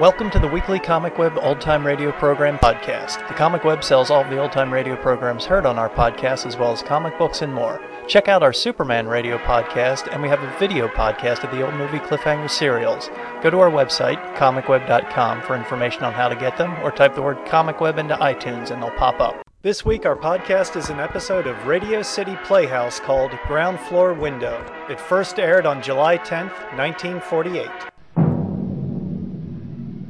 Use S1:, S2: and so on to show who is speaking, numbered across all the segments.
S1: Welcome to the weekly Comic Web Old Time Radio Program podcast. The Comic Web sells all of the old time radio programs heard on our podcast, as well as comic books and more. Check out our Superman radio podcast, and we have a video podcast of the old movie Cliffhanger serials. Go to our website, comicweb.com, for information on how to get them, or type the word Comic Web into iTunes and they'll pop up. This week, our podcast is an episode of Radio City Playhouse called Ground Floor Window. It first aired on July 10th, 1948.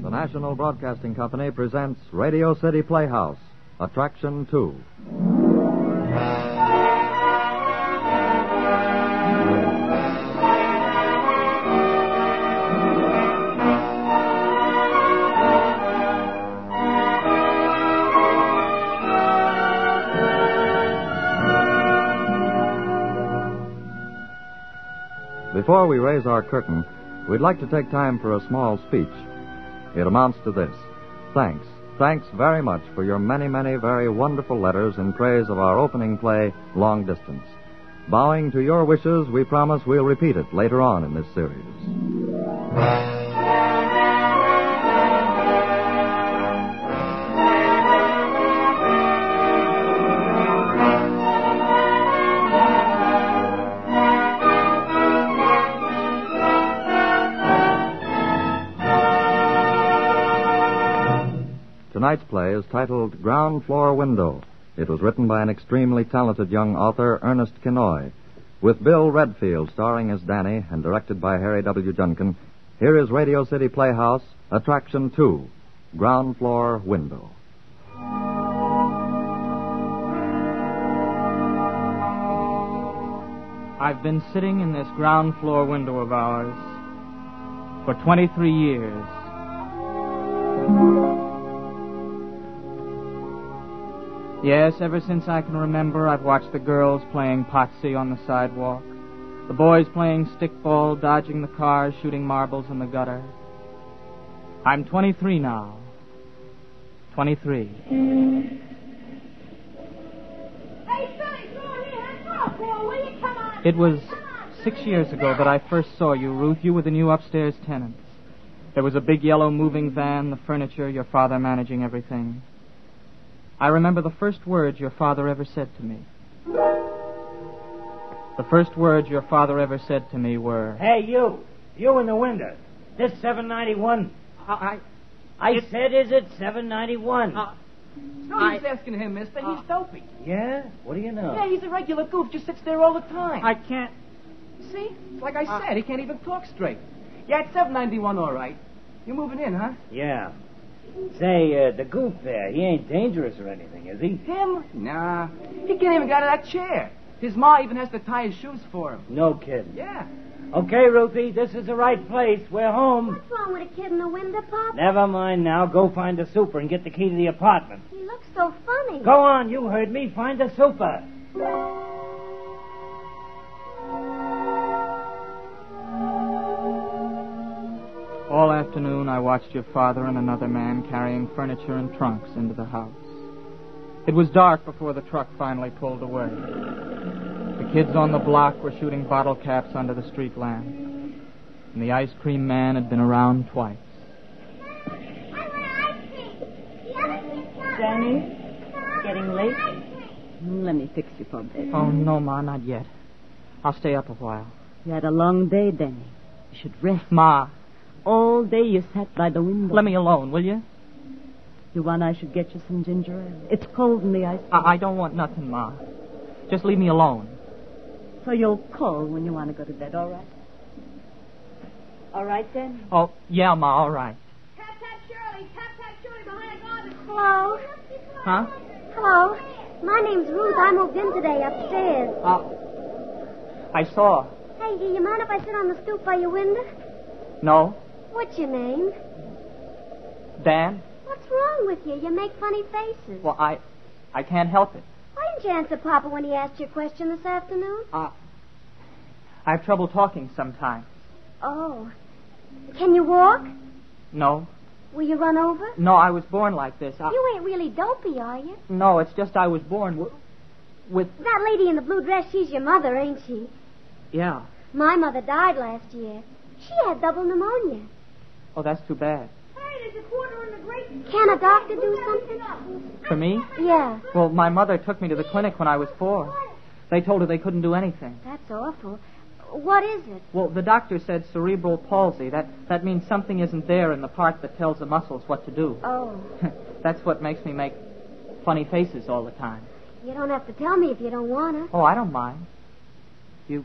S2: The National Broadcasting Company presents Radio City Playhouse, Attraction 2. Before we raise our curtain, we'd like to take time for a small speech. It amounts to this. Thanks. Thanks very much for your many, many, very wonderful letters in praise of our opening play, Long Distance. Bowing to your wishes, we promise we'll repeat it later on in this series. Tonight's play is titled Ground Floor Window. It was written by an extremely talented young author, Ernest Kinoy. With Bill Redfield starring as Danny and directed by Harry W. Duncan, here is Radio City Playhouse, Attraction 2, Ground Floor Window.
S3: I've been sitting in this ground floor window of ours for 23 years. Yes, ever since I can remember, I've watched the girls playing potsy on the sidewalk, the boys playing stickball, dodging the cars, shooting marbles in the gutter. I'm 23 now. 23.
S4: Hey, Sonny, go in here and talk, boy, will you? Come on.
S3: It was six years ago that I first saw you, Ruth. You were the new upstairs tenants. There was a big yellow moving van, the furniture, your father managing everything. I remember the first words your father ever said to me. The first words your father ever said to me were,
S5: Hey, you. You in the window. This 791.
S3: I, Uh,
S5: I said, is it 791?
S6: No use asking him, mister. He's dopey.
S5: yeah? What do you know?
S6: Yeah, he's a regular goof. Just sits there all the time.
S3: I can't.
S6: See? It's Like I said, he can't even talk straight. Yeah, it's 791, all right. You're moving in, huh?
S5: Yeah. Say, uh, the goof there, he ain't dangerous or anything, is he?
S6: Him? Nah. He can't even get out of that chair. His ma even has to tie his shoes for him.
S5: No kidding.
S6: Yeah.
S5: Okay, Ruthie, this is the right place. We're home.
S4: What's wrong with a kid in the window, Pop?
S5: Never mind now. Go find the super and get the key to the apartment.
S4: He looks so funny.
S5: Go on, you heard me. Find the super.
S3: All afternoon, I watched your father and another man carrying furniture and trunks into the house. It was dark before the truck finally pulled away. The kids on the block were shooting bottle caps under the street lamp. And the ice cream man had been around twice.
S4: I want ice cream. The other kid's got
S7: Danny, getting late?
S4: ice cream.
S7: Let me fix you for a bit.
S3: Oh, no, Ma, not yet. I'll stay up a while.
S7: You had a long day, Danny. You should rest.
S3: Ma,
S7: All day you sat by the window.
S3: let me alone, will you?
S7: You want I should get you some ginger ale? It's cold in the ice.
S3: I, I don't want nothing, Ma. Just leave me alone.
S7: So you'll call when you want to go to bed, all right? All right, Danny?
S3: Oh, yeah, Ma, all right.
S4: Tap, tap, Shirley. Tap, tap, Shirley behind the garbage. Hello.
S3: Huh?
S4: Hello. My name's Ruth. I moved in today upstairs.
S3: Uh, I saw.
S4: Hey, do you mind if I sit on the stoop by your window?
S3: No?
S4: What's your name?
S3: Dan?
S4: What's wrong with you? You make funny faces.
S3: Well, I. I can't help it.
S4: Why didn't you answer Papa when he asked you a question this afternoon?
S3: Uh, I have trouble talking sometimes.
S4: Oh. Can you walk?
S3: No?
S4: Will you run over?
S3: No, I was born like this. I,
S4: You ain't really dopey, are you?
S3: No, it's just I was born w- with.
S4: That lady in the blue dress, she's your mother, ain't she?
S3: Yeah.
S4: My mother died last year. She had double pneumonia.
S3: Oh, that's too bad.
S4: Hey, there's a quarter on the grate. Can a doctor do something?
S3: For me?
S4: Yeah.
S3: Well, my mother took me to the clinic when I was four. They told her they couldn't do anything.
S4: That's awful. What is it?
S3: Well, the doctor said cerebral palsy. That, that means something isn't there in the part that tells the muscles what to do.
S4: Oh,
S3: That's what makes me make funny faces all the time.
S4: you don't have to tell me if you don't want to.
S3: Oh, I don't mind. You.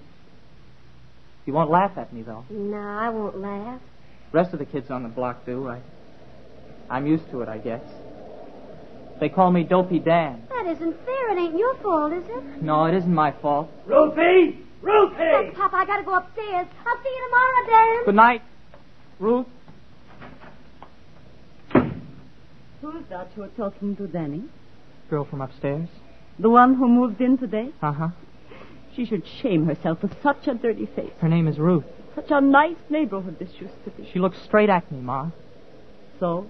S3: You won't laugh at me, though.
S4: No, I won't laugh.
S3: rest of the kids on the block do. I, I'm used to it, I guess. They call me Dopey Dan.
S4: That isn't fair. It ain't your fault, is it?
S3: No, it isn't my fault.
S5: Ruthie! Ruthie!
S4: Look, Papa, I gotta go upstairs. I'll see you tomorrow, Dan.
S3: Good night, Ruth.
S7: Who's that you're talking to, Danny?
S3: Girl from upstairs.
S7: The one who moved in today?
S3: Uh huh.
S7: She should shame herself for such a dirty face.
S3: Her name is Ruth.
S7: Such a nice neighborhood this used to be.
S3: She looks straight at me, Ma.
S7: So,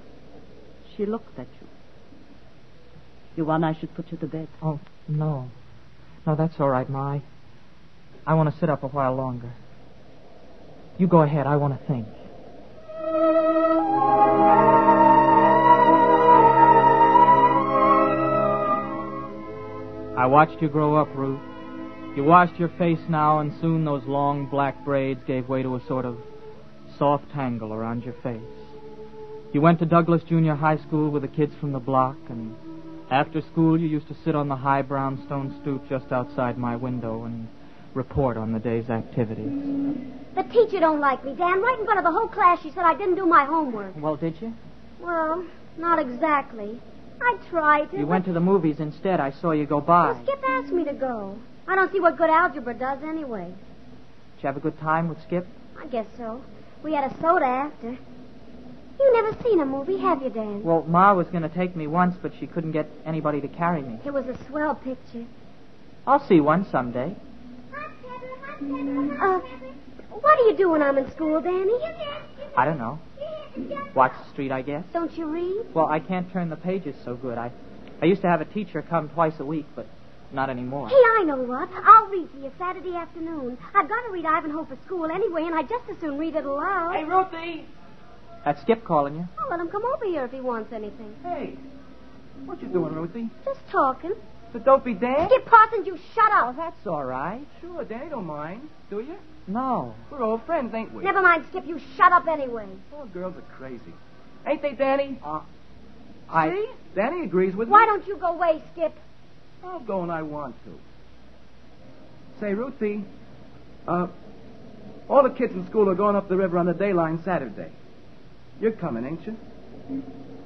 S7: she looked at you. You want I should put you to bed?
S3: Oh, no. No, that's all right, Ma. I, I want to sit up a while longer. You go ahead. I want to think. I watched you grow up, Ruth. You washed your face now, and soon those long black braids gave way to a sort of soft tangle around your face. You went to Douglas Junior High School with the kids from the block, and after school, you used to sit on the high brownstone stoop just outside my window and report on the day's activities.
S4: The teacher don't like me, Dan. Right in front of the whole class, she said I didn't do my homework.
S3: Well, did you?
S4: Well, not exactly. I tried to.
S3: You went to the movies instead. I saw you go
S4: Well,
S3: by.
S4: Skip asked me to go. I don't see what good algebra does anyway.
S3: Did you have a good time with Skip?
S4: I guess so. We had a soda after. You never seen a movie, have you, Dan?
S3: Well, Ma was going to take me once, but she couldn't get anybody to carry me.
S4: It was a swell picture.
S3: I'll see one someday.
S4: Uh, what do you do when I'm in school, Danny?
S3: I don't know. Watch the street, I guess.
S4: Don't you read?
S3: Well, I can't turn the pages so good. I, I used to have a teacher come twice a week, but not anymore.
S4: Hey, I know what. I'll read to you Saturday afternoon. I've got to read Ivanhoe for school anyway, and I'd just as soon read it aloud.
S6: Hey, Ruthie!
S3: That's Skip calling you.
S4: I'll let him come over here if he wants anything.
S6: Hey, what you doing, Ruthie?
S4: Just talking.
S6: The dopey Dan?
S4: Skip Parsons, you shut
S3: Oh,
S4: up.
S3: that's all right.
S6: Sure, Danny don't mind, do you?
S3: No.
S6: We're old friends, ain't we?
S4: Never mind, Skip. You shut up anyway.
S6: All girls are crazy. Ain't they, Danny?
S7: Ah.
S3: I.
S6: See? Danny agrees with
S4: Why
S6: me.
S4: don't you go away, Skip?
S6: I'll go when I want to. Say, Ruthie, uh, all the kids in school are going up the river on the day line Saturday. You're coming, ain't you?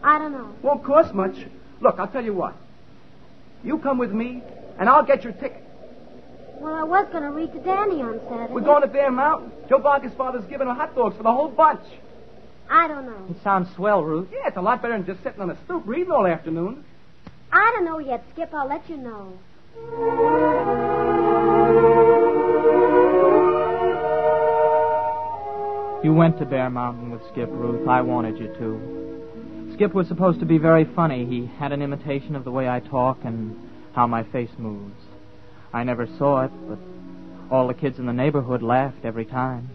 S4: I don't know.
S6: Won't cost much. Look, I'll tell you what. You come with me, and I'll get your ticket.
S4: Well, I was going to read to Danny on Saturday.
S6: We're going to Bear Mountain. Joe Barker's father's giving her hot dogs for the whole bunch.
S4: I don't know.
S3: It sounds swell, Ruth.
S6: Yeah, it's a lot better than just sitting on a stoop reading all afternoon.
S4: I don't know yet, Skip. I'll let you know.
S3: You went to Bear Mountain with Skip, Ruth. I wanted you to. Skip was supposed to be very funny. He had an imitation of the way I talk and how my face moves. I never saw it, but all the kids in the neighborhood laughed every time.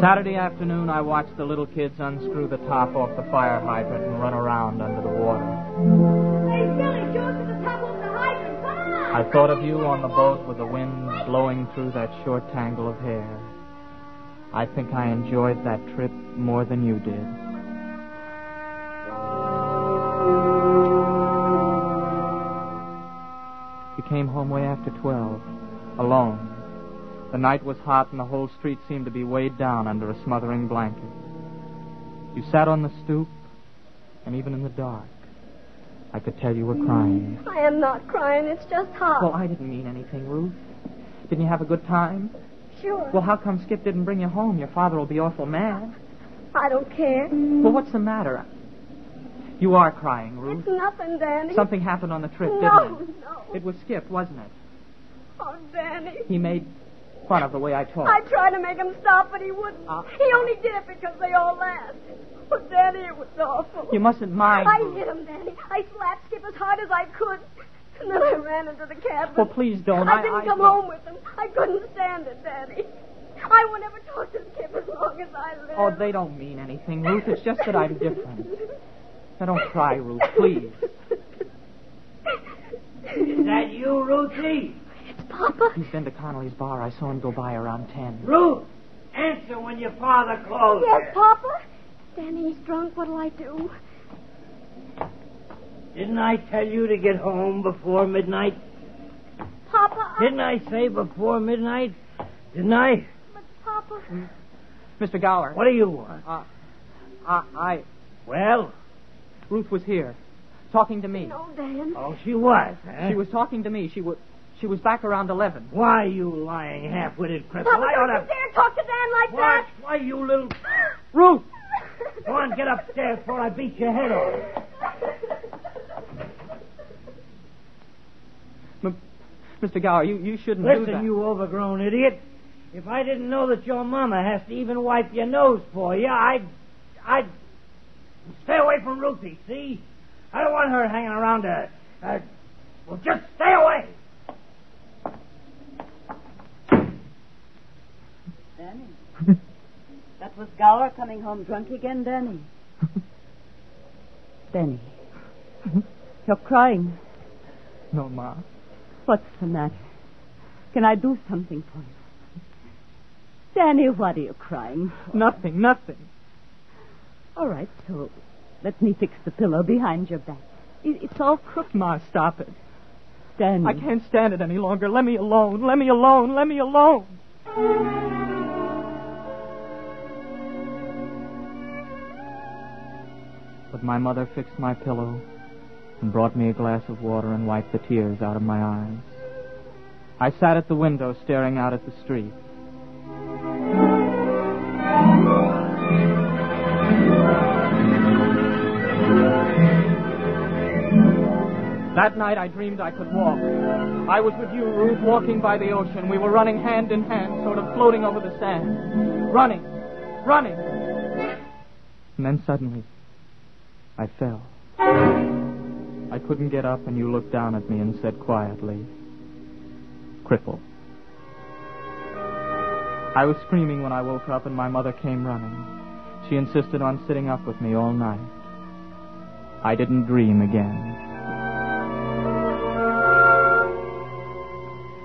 S3: Saturday afternoon, I watched the little kids unscrew the top off the fire hydrant and run around under the water.
S4: Hey, Billy, Joe's at the top of the hydrant. Come on!
S3: I thought of you on the boat with the wind blowing through that short tangle of hair. I think I enjoyed that trip more than you did. You came home way after 12, alone. The night was hot and the whole street seemed to be weighed down under a smothering blanket. You sat on the stoop, and even in the dark, I could tell you were crying.
S4: I am not crying. It's just hot.
S3: Well, Oh, I didn't mean anything, Ruth. Didn't you have a good time?
S4: sure.
S3: Well, how come Skip didn't bring you home? Your father will be awful mad.
S4: I don't care.
S3: Well, what's the matter? You are crying, Ruth.
S4: It's nothing, Danny.
S3: Something happened on the trip,
S4: no,
S3: didn't
S4: no.
S3: it? It was Skip, wasn't it?
S4: Oh, Danny.
S3: He made fun of the way I talked.
S4: I tried to make him stop, but he wouldn't.
S3: Ah.
S4: He only did it because they all laughed. Oh, Danny, it was awful.
S3: You mustn't mind.
S4: I
S3: Ruth.
S4: hit him, Danny. I slapped Skip as hard as I could. And then I ran into the cabin.
S3: Well, please don't.
S4: I,
S3: I-
S4: didn't
S3: I-
S4: come home with him. I couldn't stand it, Daddy. I won't ever talk to Skip as long as I live.
S3: Oh, they don't mean anything, Ruth. It's just that I'm different. Now, don't cry, Ruth, please.
S5: Is that you, Ruthie?
S4: Papa?
S3: He's been to Connolly's bar. I saw him go by around 10.
S5: Ruth, answer when your father calls.
S4: Yes,
S5: you.
S4: Papa? Danny, he's drunk. What'll I do?
S5: Didn't I tell you to get home before midnight?
S4: Papa, I...
S5: Didn't I say before midnight? Didn't I?
S4: But, Papa...
S3: Mr. Gower.
S5: What do you want?
S3: Uh, I, I.
S5: Well,
S3: Ruth was here, talking to me.
S4: No, Dan.
S5: oh, she was, huh?
S3: She was talking to me. She was, she was back around 11.
S5: Why you lying half-witted cripple?
S4: Papa,
S5: I
S4: don't
S5: oughta-
S4: you dare talk to Dan like
S5: Why, why you little...
S3: Ruth!
S4: that.
S5: Go on, get upstairs before I beat your head off.
S3: M- Mr. Gower, you, you shouldn't do that.
S5: Listen, you overgrown idiot. If I didn't know that your mama has to even wipe your nose for you, I'd... I'd... Stay away from Ruthie, see? I don't want her hanging around to... Uh, well, just stay away.
S7: Danny. that was Gower coming home drunk again, Danny. Danny. You're crying.
S3: No, Ma.
S7: What's the matter? Can I do something for you? Danny, what are you crying?
S3: Nothing, nothing.
S7: All right, so let me fix the pillow behind your back. It- It's all crooked.
S3: Ma, stop it.
S7: Danny.
S3: I can't stand it any longer. Let me alone. Let me alone. Let me alone. But my mother fixed my pillow and brought me a glass of water and wiped the tears out of my eyes. I sat at the window staring out at the street. That night I dreamed I could walk. I was with you, Ruth, walking by the ocean. We were running hand in hand, sort of floating over the sand. Running, running. And then suddenly, I fell. I couldn't get up, and you looked down at me and said quietly, Cripple. I was screaming when I woke up, and my mother came running. She insisted on sitting up with me all night. I didn't dream again.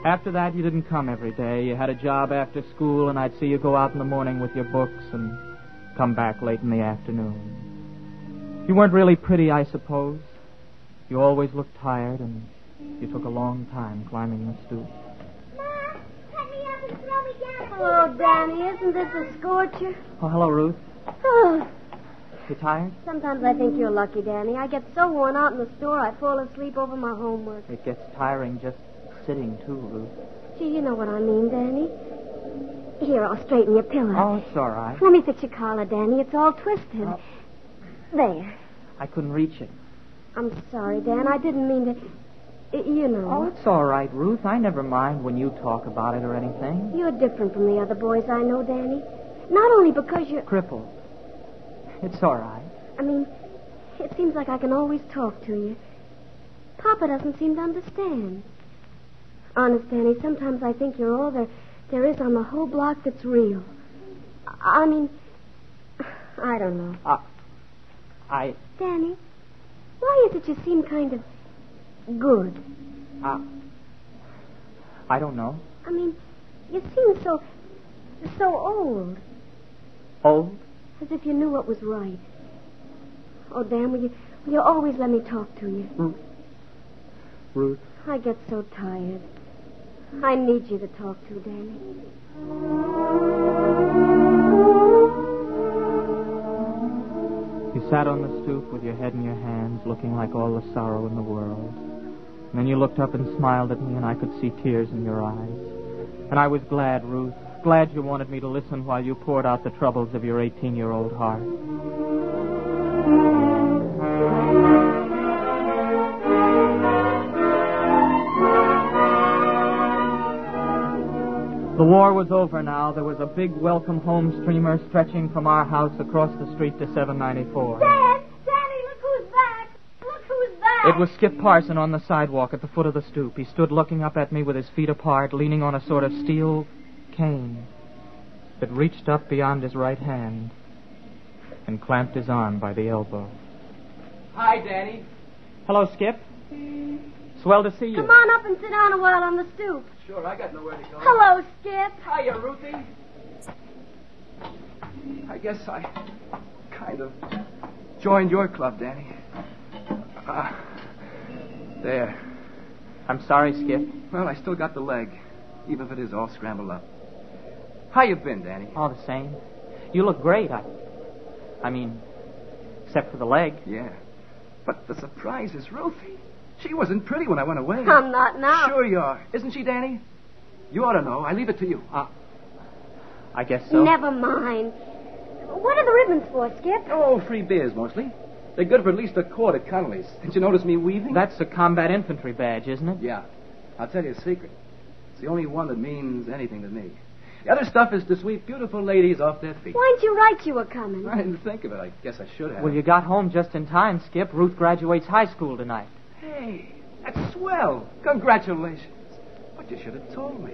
S3: After that, you didn't come every day. You had a job after school, and I'd see you go out in the morning with your books and come back late in the afternoon. You weren't really pretty, I suppose. You always looked tired, and you took a long time climbing the stoop.
S4: Ma, cut me up and throw me down. Oh, Danny, isn't this a scorcher?
S3: Oh, hello, Ruth.
S4: Oh,
S3: You tired?
S4: sometimes I think you're lucky, Danny. I get so worn out in the store, I fall asleep over my homework.
S3: It gets tiring just sitting, too, Ruth.
S4: Gee, you know what I mean, Danny. Here, I'll straighten your pillow.
S3: Oh, it's all right.
S4: Let me fix your collar, Danny. It's all twisted.
S3: Oh.
S4: There.
S3: I couldn't reach it.
S4: I'm sorry, Dan. I didn't mean to. y- You
S3: Oh,
S4: know.
S3: it's all right, Ruth. I never mind when you talk about it or anything.
S4: You're different from the other boys I know, Danny. Not only because you're.
S3: Crippled. It's all right.
S4: I mean, it seems like I can always talk to you. Papa doesn't seem to understand. Honest, Danny, sometimes I think you're all there, there is on the whole block that's real. I I mean, I don't know.
S3: I,
S4: Danny, why is it you seem kind of good?
S3: uh, I don't know.
S4: I mean, you seem so, so old,
S3: Old?
S4: as if you knew what was right. Oh, Dan, will you, will you always let me talk to you?
S3: Ruth.
S4: I get so tired. I need you to talk to, Danny.
S3: You sat on the stoop with your head in your hands, looking like all the sorrow in the world. And then you looked up and smiled at me, and I could see tears in your eyes. And I was glad, Ruth. Glad you wanted me to listen while you poured out the troubles of your 18 year old heart. The war was over now. There was a big welcome home streamer stretching from our house across the street to 794.
S4: Dad! Danny, look who's back! Look who's back!
S3: It was Skip Parson on the sidewalk at the foot of the stoop. He stood looking up at me with his feet apart, leaning on a sort of steel cane that reached up beyond his right hand and clamped his arm by the elbow.
S6: Hi, Danny.
S3: Hello, Skip. Swell to see you.
S4: Come on up and sit down a while on the stoop.
S6: Sure, I got nowhere to go.
S4: Hello, Skip.
S6: Hiya, Ruthie. I guess I kind of joined your club, Danny. Ah, there.
S3: I'm sorry, Skip.
S6: Well, I still got the leg, even if it is all scrambled up. How you been, Danny?
S3: All the same. You look great. I, I mean, except for the leg.
S6: Yeah. But the surprise is Ruthie. She wasn't pretty when I went away.
S4: I'm not now.
S6: Sure you are. Isn't she, Danny? You ought to know. I leave it to you.
S3: Uh, I guess so.
S4: Never mind. What are the ribbons for, Skip?
S6: Oh, free beers mostly. They're good for at least a quart at Connolly's. Did you notice me weaving?
S3: That's the combat infantry badge, isn't it?
S6: Yeah. I'll tell you a secret. It's the only one that means anything to me. The other stuff is to sweep beautiful ladies off their feet.
S4: Why didn't you write you were coming?
S6: I didn't think of it. I guess I should have.
S3: Well, you got home just in time, Skip. Ruth graduates high school tonight.
S6: Hey, that's swell. Congratulations. But you should have told me.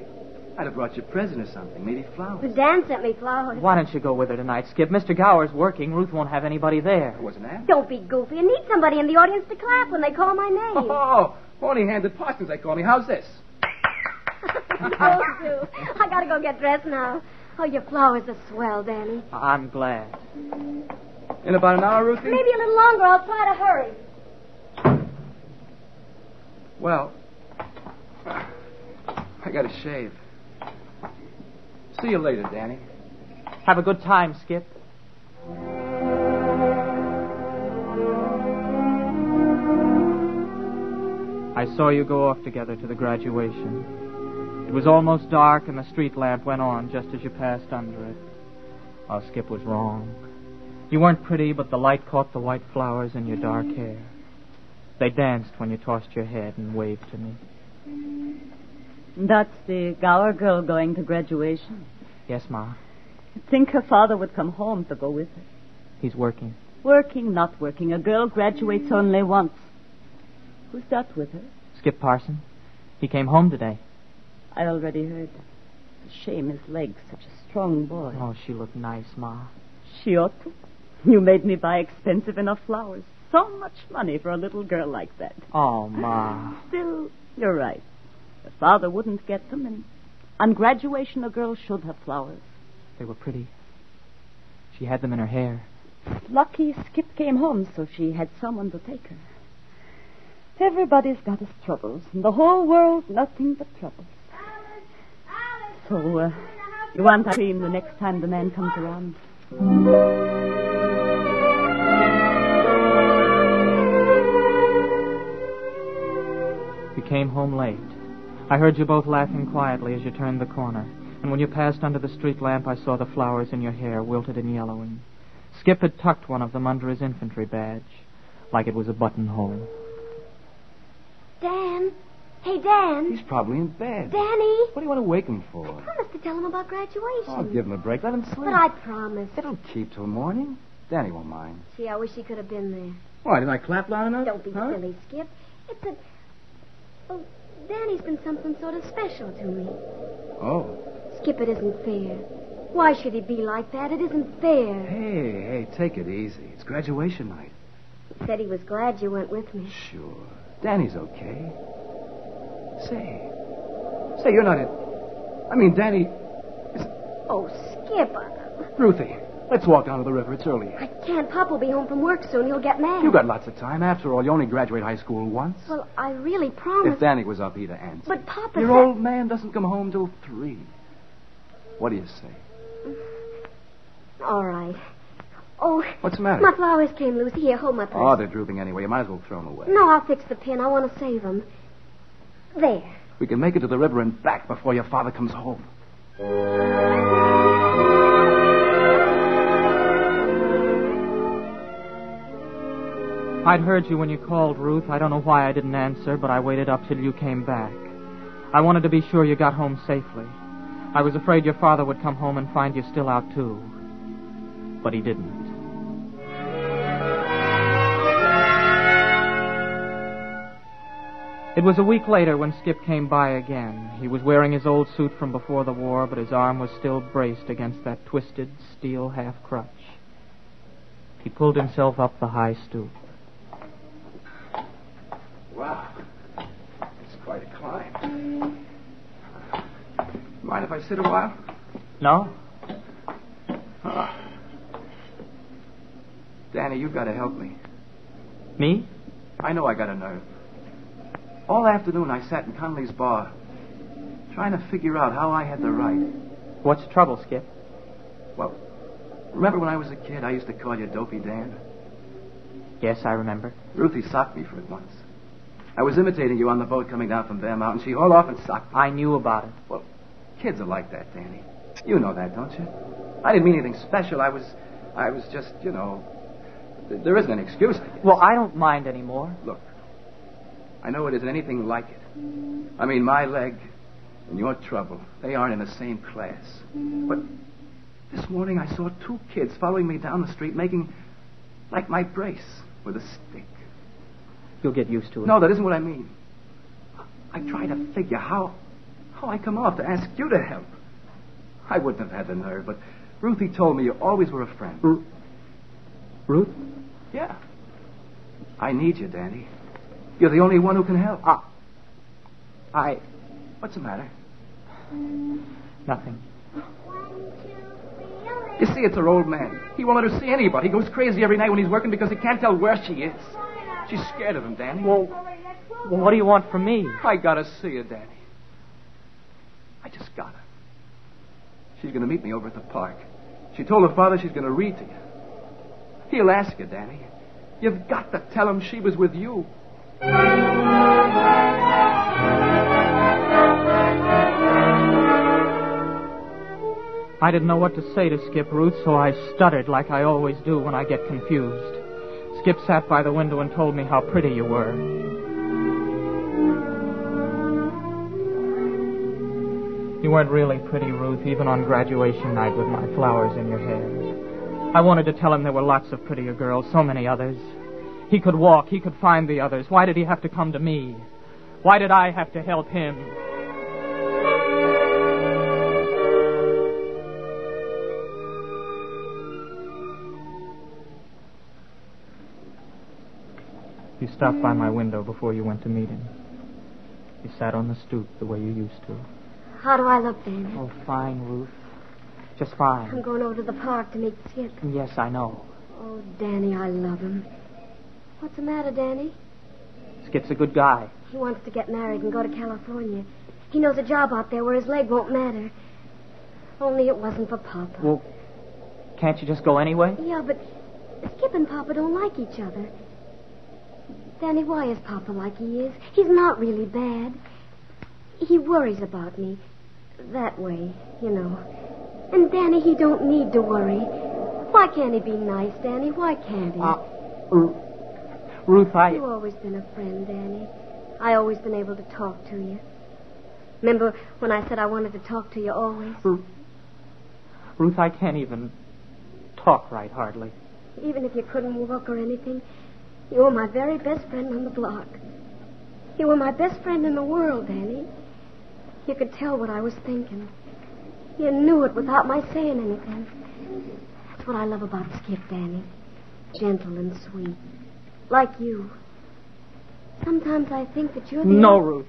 S6: I'd have brought you a present or something, maybe flowers.
S4: Dan sent me flowers.
S3: Why don't you go with her tonight, Skip? Mr. Gower's working. Ruth won't have anybody there.
S6: I wasn't asked.
S4: Don't be goofy. I need somebody in the audience to clap when they call my name.
S6: Oh, horny-handed Parsons, they call me. How's this?
S4: Those do. I gotta go get dressed now. Oh, your flowers are swell, Danny.
S3: I'm glad.
S6: In about an hour, Ruthie?
S4: Maybe a little longer. I'll try to hurry.
S6: Well, I gotta shave. See you later, Danny.
S3: Have a good time, Skip. I saw you go off together to the graduation. It was almost dark, and the street lamp went on just as you passed under it. Oh, Skip was wrong. You weren't pretty, but the light caught the white flowers in your dark hair. They danced when you tossed your head and waved to me.
S7: That's the Gower girl going to graduation.
S3: Yes, Ma.
S7: You'd think her father would come home to go with her.
S3: He's working.
S7: Working, not working. A girl graduates only once. Who's that with her?
S3: Skip Parson. He came home today.
S7: I already heard. It's a shame his leg's such a strong boy.
S3: Oh, she looked nice, Ma.
S7: She ought to. You made me buy expensive enough flowers. So much money for a little girl like that.
S3: Oh, Ma.
S7: Still, you're right. The father wouldn't get them, and on graduation a girl should have flowers.
S3: They were pretty. She had them in her hair.
S7: Lucky Skip came home, so she had someone to take her. Everybody's got his troubles, and the whole world nothing but troubles. So, uh, you want cream the next time the man comes around?
S3: You came home late. I heard you both laughing quietly as you turned the corner, and when you passed under the street lamp, I saw the flowers in your hair wilted and yellowing. Skip had tucked one of them under his infantry badge, like it was a buttonhole.
S4: Dan. Hey, Dan.
S6: He's probably in bed.
S4: Danny.
S6: What do you want to wake him for?
S4: Promise to tell him about graduation.
S6: I'll Oh, give him a break. Let him sleep.
S4: But I promised.
S6: It'll keep till morning. Danny won't mind.
S4: Gee, I wish he could have been there.
S6: Why, did I clap loud enough?
S4: Don't be
S6: Huh?
S4: silly, Skip. It's a. Oh, Danny's been something sort of special to me.
S6: Oh.
S4: Skip, it isn't fair. Why should he be like that? It isn't fair.
S6: Hey, hey, take it easy. It's graduation night.
S4: He said he was glad you went with me.
S6: Sure. Danny's okay. Say. Say, you're not in. I mean, Danny.
S4: Oh, Skip, I,
S6: Ruthie, let's walk down to the river. It's early.
S4: I can't. Pop will be home from work soon. He'll get mad.
S6: You got lots of time. After all, you only graduate high school once.
S4: Well, I really
S6: If
S4: promised.
S6: Danny was up, he'd have answered.
S4: But Papa
S6: Your
S4: said-
S6: old man doesn't come home till three. What do you say?
S4: All right. Oh.
S6: What's the matter?
S4: My flowers came loose. Here, hold my purse.
S6: Oh, they're drooping anyway. You might as well throw them away.
S4: No, I'll fix the pin. I want to save them. There.
S6: We can make it to the river and back before your father comes home.
S3: I'd heard you when you called, Ruth. I don't know why I didn't answer, but I waited up till you came back. I wanted to be sure you got home safely. I was afraid your father would come home and find you still out, too. But he didn't. It was a week later when Skip came by again. He was wearing his old suit from before the war, but his arm was still braced against that twisted steel half crutch. He pulled himself up the high stoop.
S6: Wow. It's quite a climb.
S4: Mm.
S6: Mind if I sit a while?
S3: No?
S6: Ah. Danny, you've got to help me.
S3: Me?
S6: I know I got a nerve. All afternoon I sat in Conley's bar, trying to figure out how I had the right.
S3: What's the trouble, Skip?
S6: Well, remember when I was a kid, I used to call you Dopey Dan?
S3: Yes, I remember.
S6: Ruthie socked me for it once. I was imitating you on the boat coming down from Bear Mountain. She hauled off and socked me.
S3: I knew about it.
S6: Well, kids are like that, Danny. You know that, don't you? I didn't mean anything special. I was, I was just, you know, th- there isn't an excuse. I guess.
S3: Well, I don't mind anymore.
S6: Look, I know it isn't anything like it. I mean, my leg and your trouble, they aren't in the same class. But this morning I saw two kids following me down the street making like my brace with a stick.
S3: You'll get used to it.
S6: No, that isn't what I mean. I try to figure how how I come off to ask you to help. I wouldn't have had the nerve, but Ruthie told me you always were a friend.
S3: Ru- Ruth?
S6: Yeah. I need you, Danny. You're the only one who can help.
S3: Ah. I.
S6: What's the matter?
S3: Nothing.
S6: You see, it's her old man. He won't let her see anybody. He goes crazy every night when he's working because he can't tell where she is. She's scared of him, Danny.
S3: Well, well, what do you want from me?
S6: I gotta see her, Danny. I just gotta. She's gonna meet me over at the park. She told her father she's gonna read to you. He'll ask you, Danny. You've got to tell him she was with you.
S3: I didn't know what to say to Skip Root, so I stuttered like I always do when I get confused. Skip sat by the window and told me how pretty you were. You weren't really pretty, Ruth, even on graduation night with my flowers in your hair. I wanted to tell him there were lots of prettier girls, so many others. He could walk, he could find the others. Why did he have to come to me? Why did I have to help him? You stopped by my window before you went to meet him. You sat on the stoop the way you used to.
S4: How do I look, Danny?
S3: Oh, fine, Ruth. Just
S4: I'm
S3: fine.
S4: going over to the park to meet Skip.
S3: Yes, I know.
S4: Oh, Danny, I love him. What's the matter, Danny?
S3: Skip's a good guy.
S4: He wants to get married and go to California. He knows a job out there where his leg won't matter. Only it wasn't for Papa.
S3: Well, can't you just go anyway?
S4: Yeah, but Skip and Papa don't like each other. Danny, why is Papa like he is? He's not really bad. He worries about me. That way, you know. And Danny, he don't need to worry. Why can't he be nice, Danny? Why can't he?
S3: Uh, Ru- Ruth, I.
S4: You've always been a friend, Danny. I always been able to talk to you. Remember when I said I wanted to talk to you always?
S3: Ru- Ruth, I can't even talk right hardly.
S4: Even if you couldn't walk or anything, you were my very best friend on the block. You were my best friend in the world, Danny. You could tell what I was thinking. You knew it without my saying anything. That's what I love about Skip, Danny. Gentle and sweet. Like you. Sometimes I think that you're the.
S3: No, Ruth.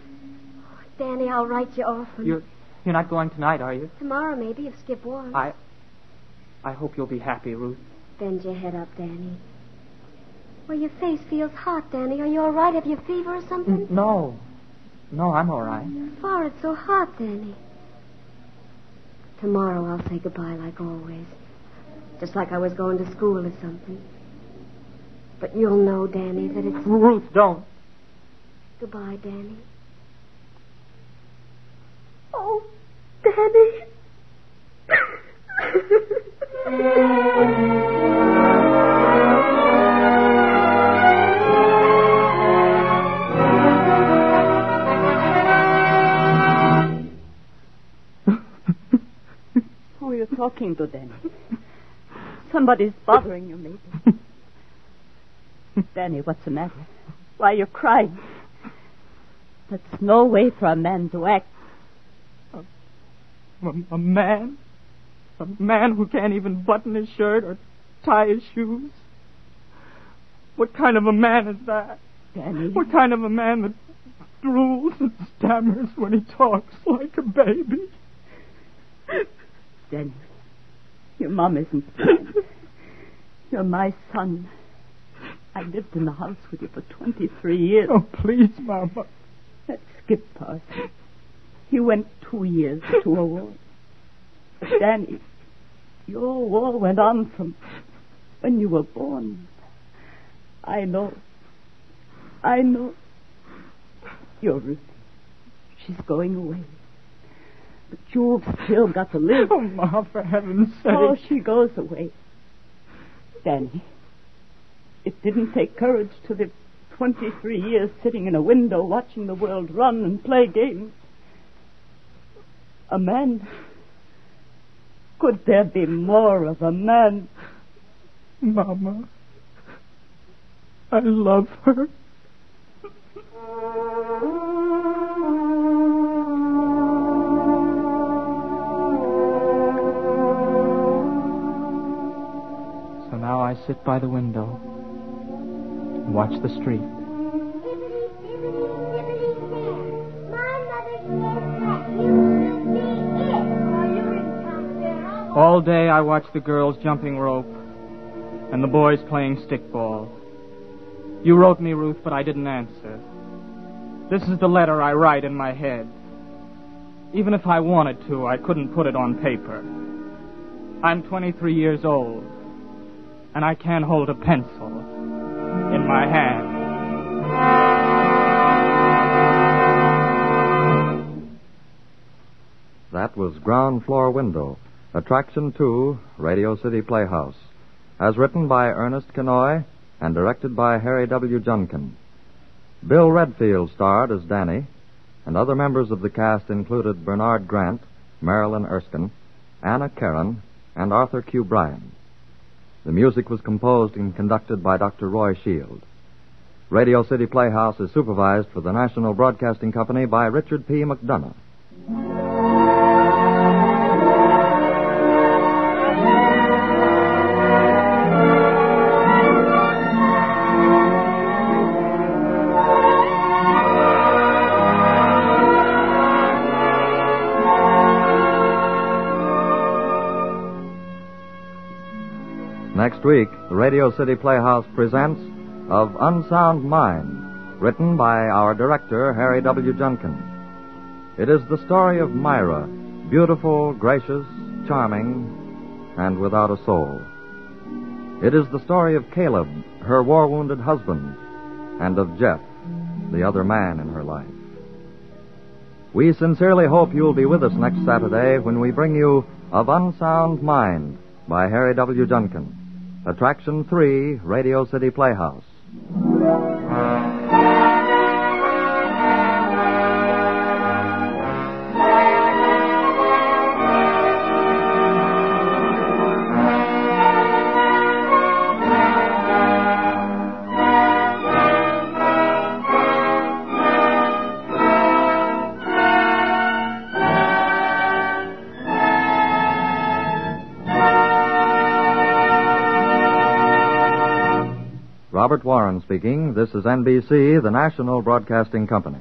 S4: Danny, I'll write you often.
S3: You're, you're not going tonight, are you?
S4: Tomorrow, maybe, if Skip wants.
S3: I. I hope you'll be happy, Ruth.
S4: Bend your head up, Danny. Well, your face feels hot, Danny. Are you all right? Have you fever or something?
S3: N- No. Mm, No, I'm all right.
S4: Your forehead's so hot, Danny. Tomorrow I'll say goodbye like always. Just like I was going to school or something. But you'll know, Danny, that it's
S3: Ruth, don't.
S4: goodbye, Danny. Oh, Danny.
S7: Who are you talking to, Danny? Somebody's bothering you, maybe. Danny, what's the matter? Why are you crying? That's no way for a man to act.
S3: A, a man? A man who can't even button his shirt or tie his shoes? What kind of a man is that?
S7: Danny.
S3: What kind of a man that drools and stammers when he talks like a baby?
S7: Danny, your mom isn't blind. You're my son. I lived in the house with you for 23 years.
S3: Oh, please, Mama.
S7: That skip pass. He went two years to a war. But Danny, your war went on from when you were born. I know. I know. You're Ruthie. She's going away. But you've still got to live.
S3: Oh, Ma, for heaven's sake.
S7: Oh, she goes away. Danny, it didn't take courage to live 23 years sitting in a window watching the world run and play games. A man. Could there be more of a man?
S3: Mama. I love her. So now I sit by the window and watch the street. All day I watch the girls jumping rope and the boys playing stickball. You wrote me, Ruth, but I didn't answer. This is the letter I write in my head. Even if I wanted to, I couldn't put it on paper. I'm 23 years old, and I can't hold a pencil in my hand.
S2: That was Ground Floor Window, Attraction 2, Radio City Playhouse, as written by Ernest Kenoy and directed by Harry W. Junkin. Bill Redfield starred as Danny, and other members of the cast included Bernard Grant, Marilyn Erskine, Anna Karen, and Arthur Q. Bryan. The music was composed and conducted by Dr. Roy Shield. Radio City Playhouse is supervised for the National Broadcasting Company by Richard P. McDonough. Next week, the Radio City Playhouse presents Of Unsound Mind, written by our director, Harry W. Junkin. It is the story of Myra, beautiful, gracious, charming, and without a soul. It is the story of Caleb, her war wounded husband, and of Jeff, the other man in her life. We sincerely hope you'll be with us next Saturday when we bring you Of Unsound Mind by Harry W. Duncan. Attraction 3, Radio City Playhouse. Robert Warren speaking. This is NBC, the national broadcasting company.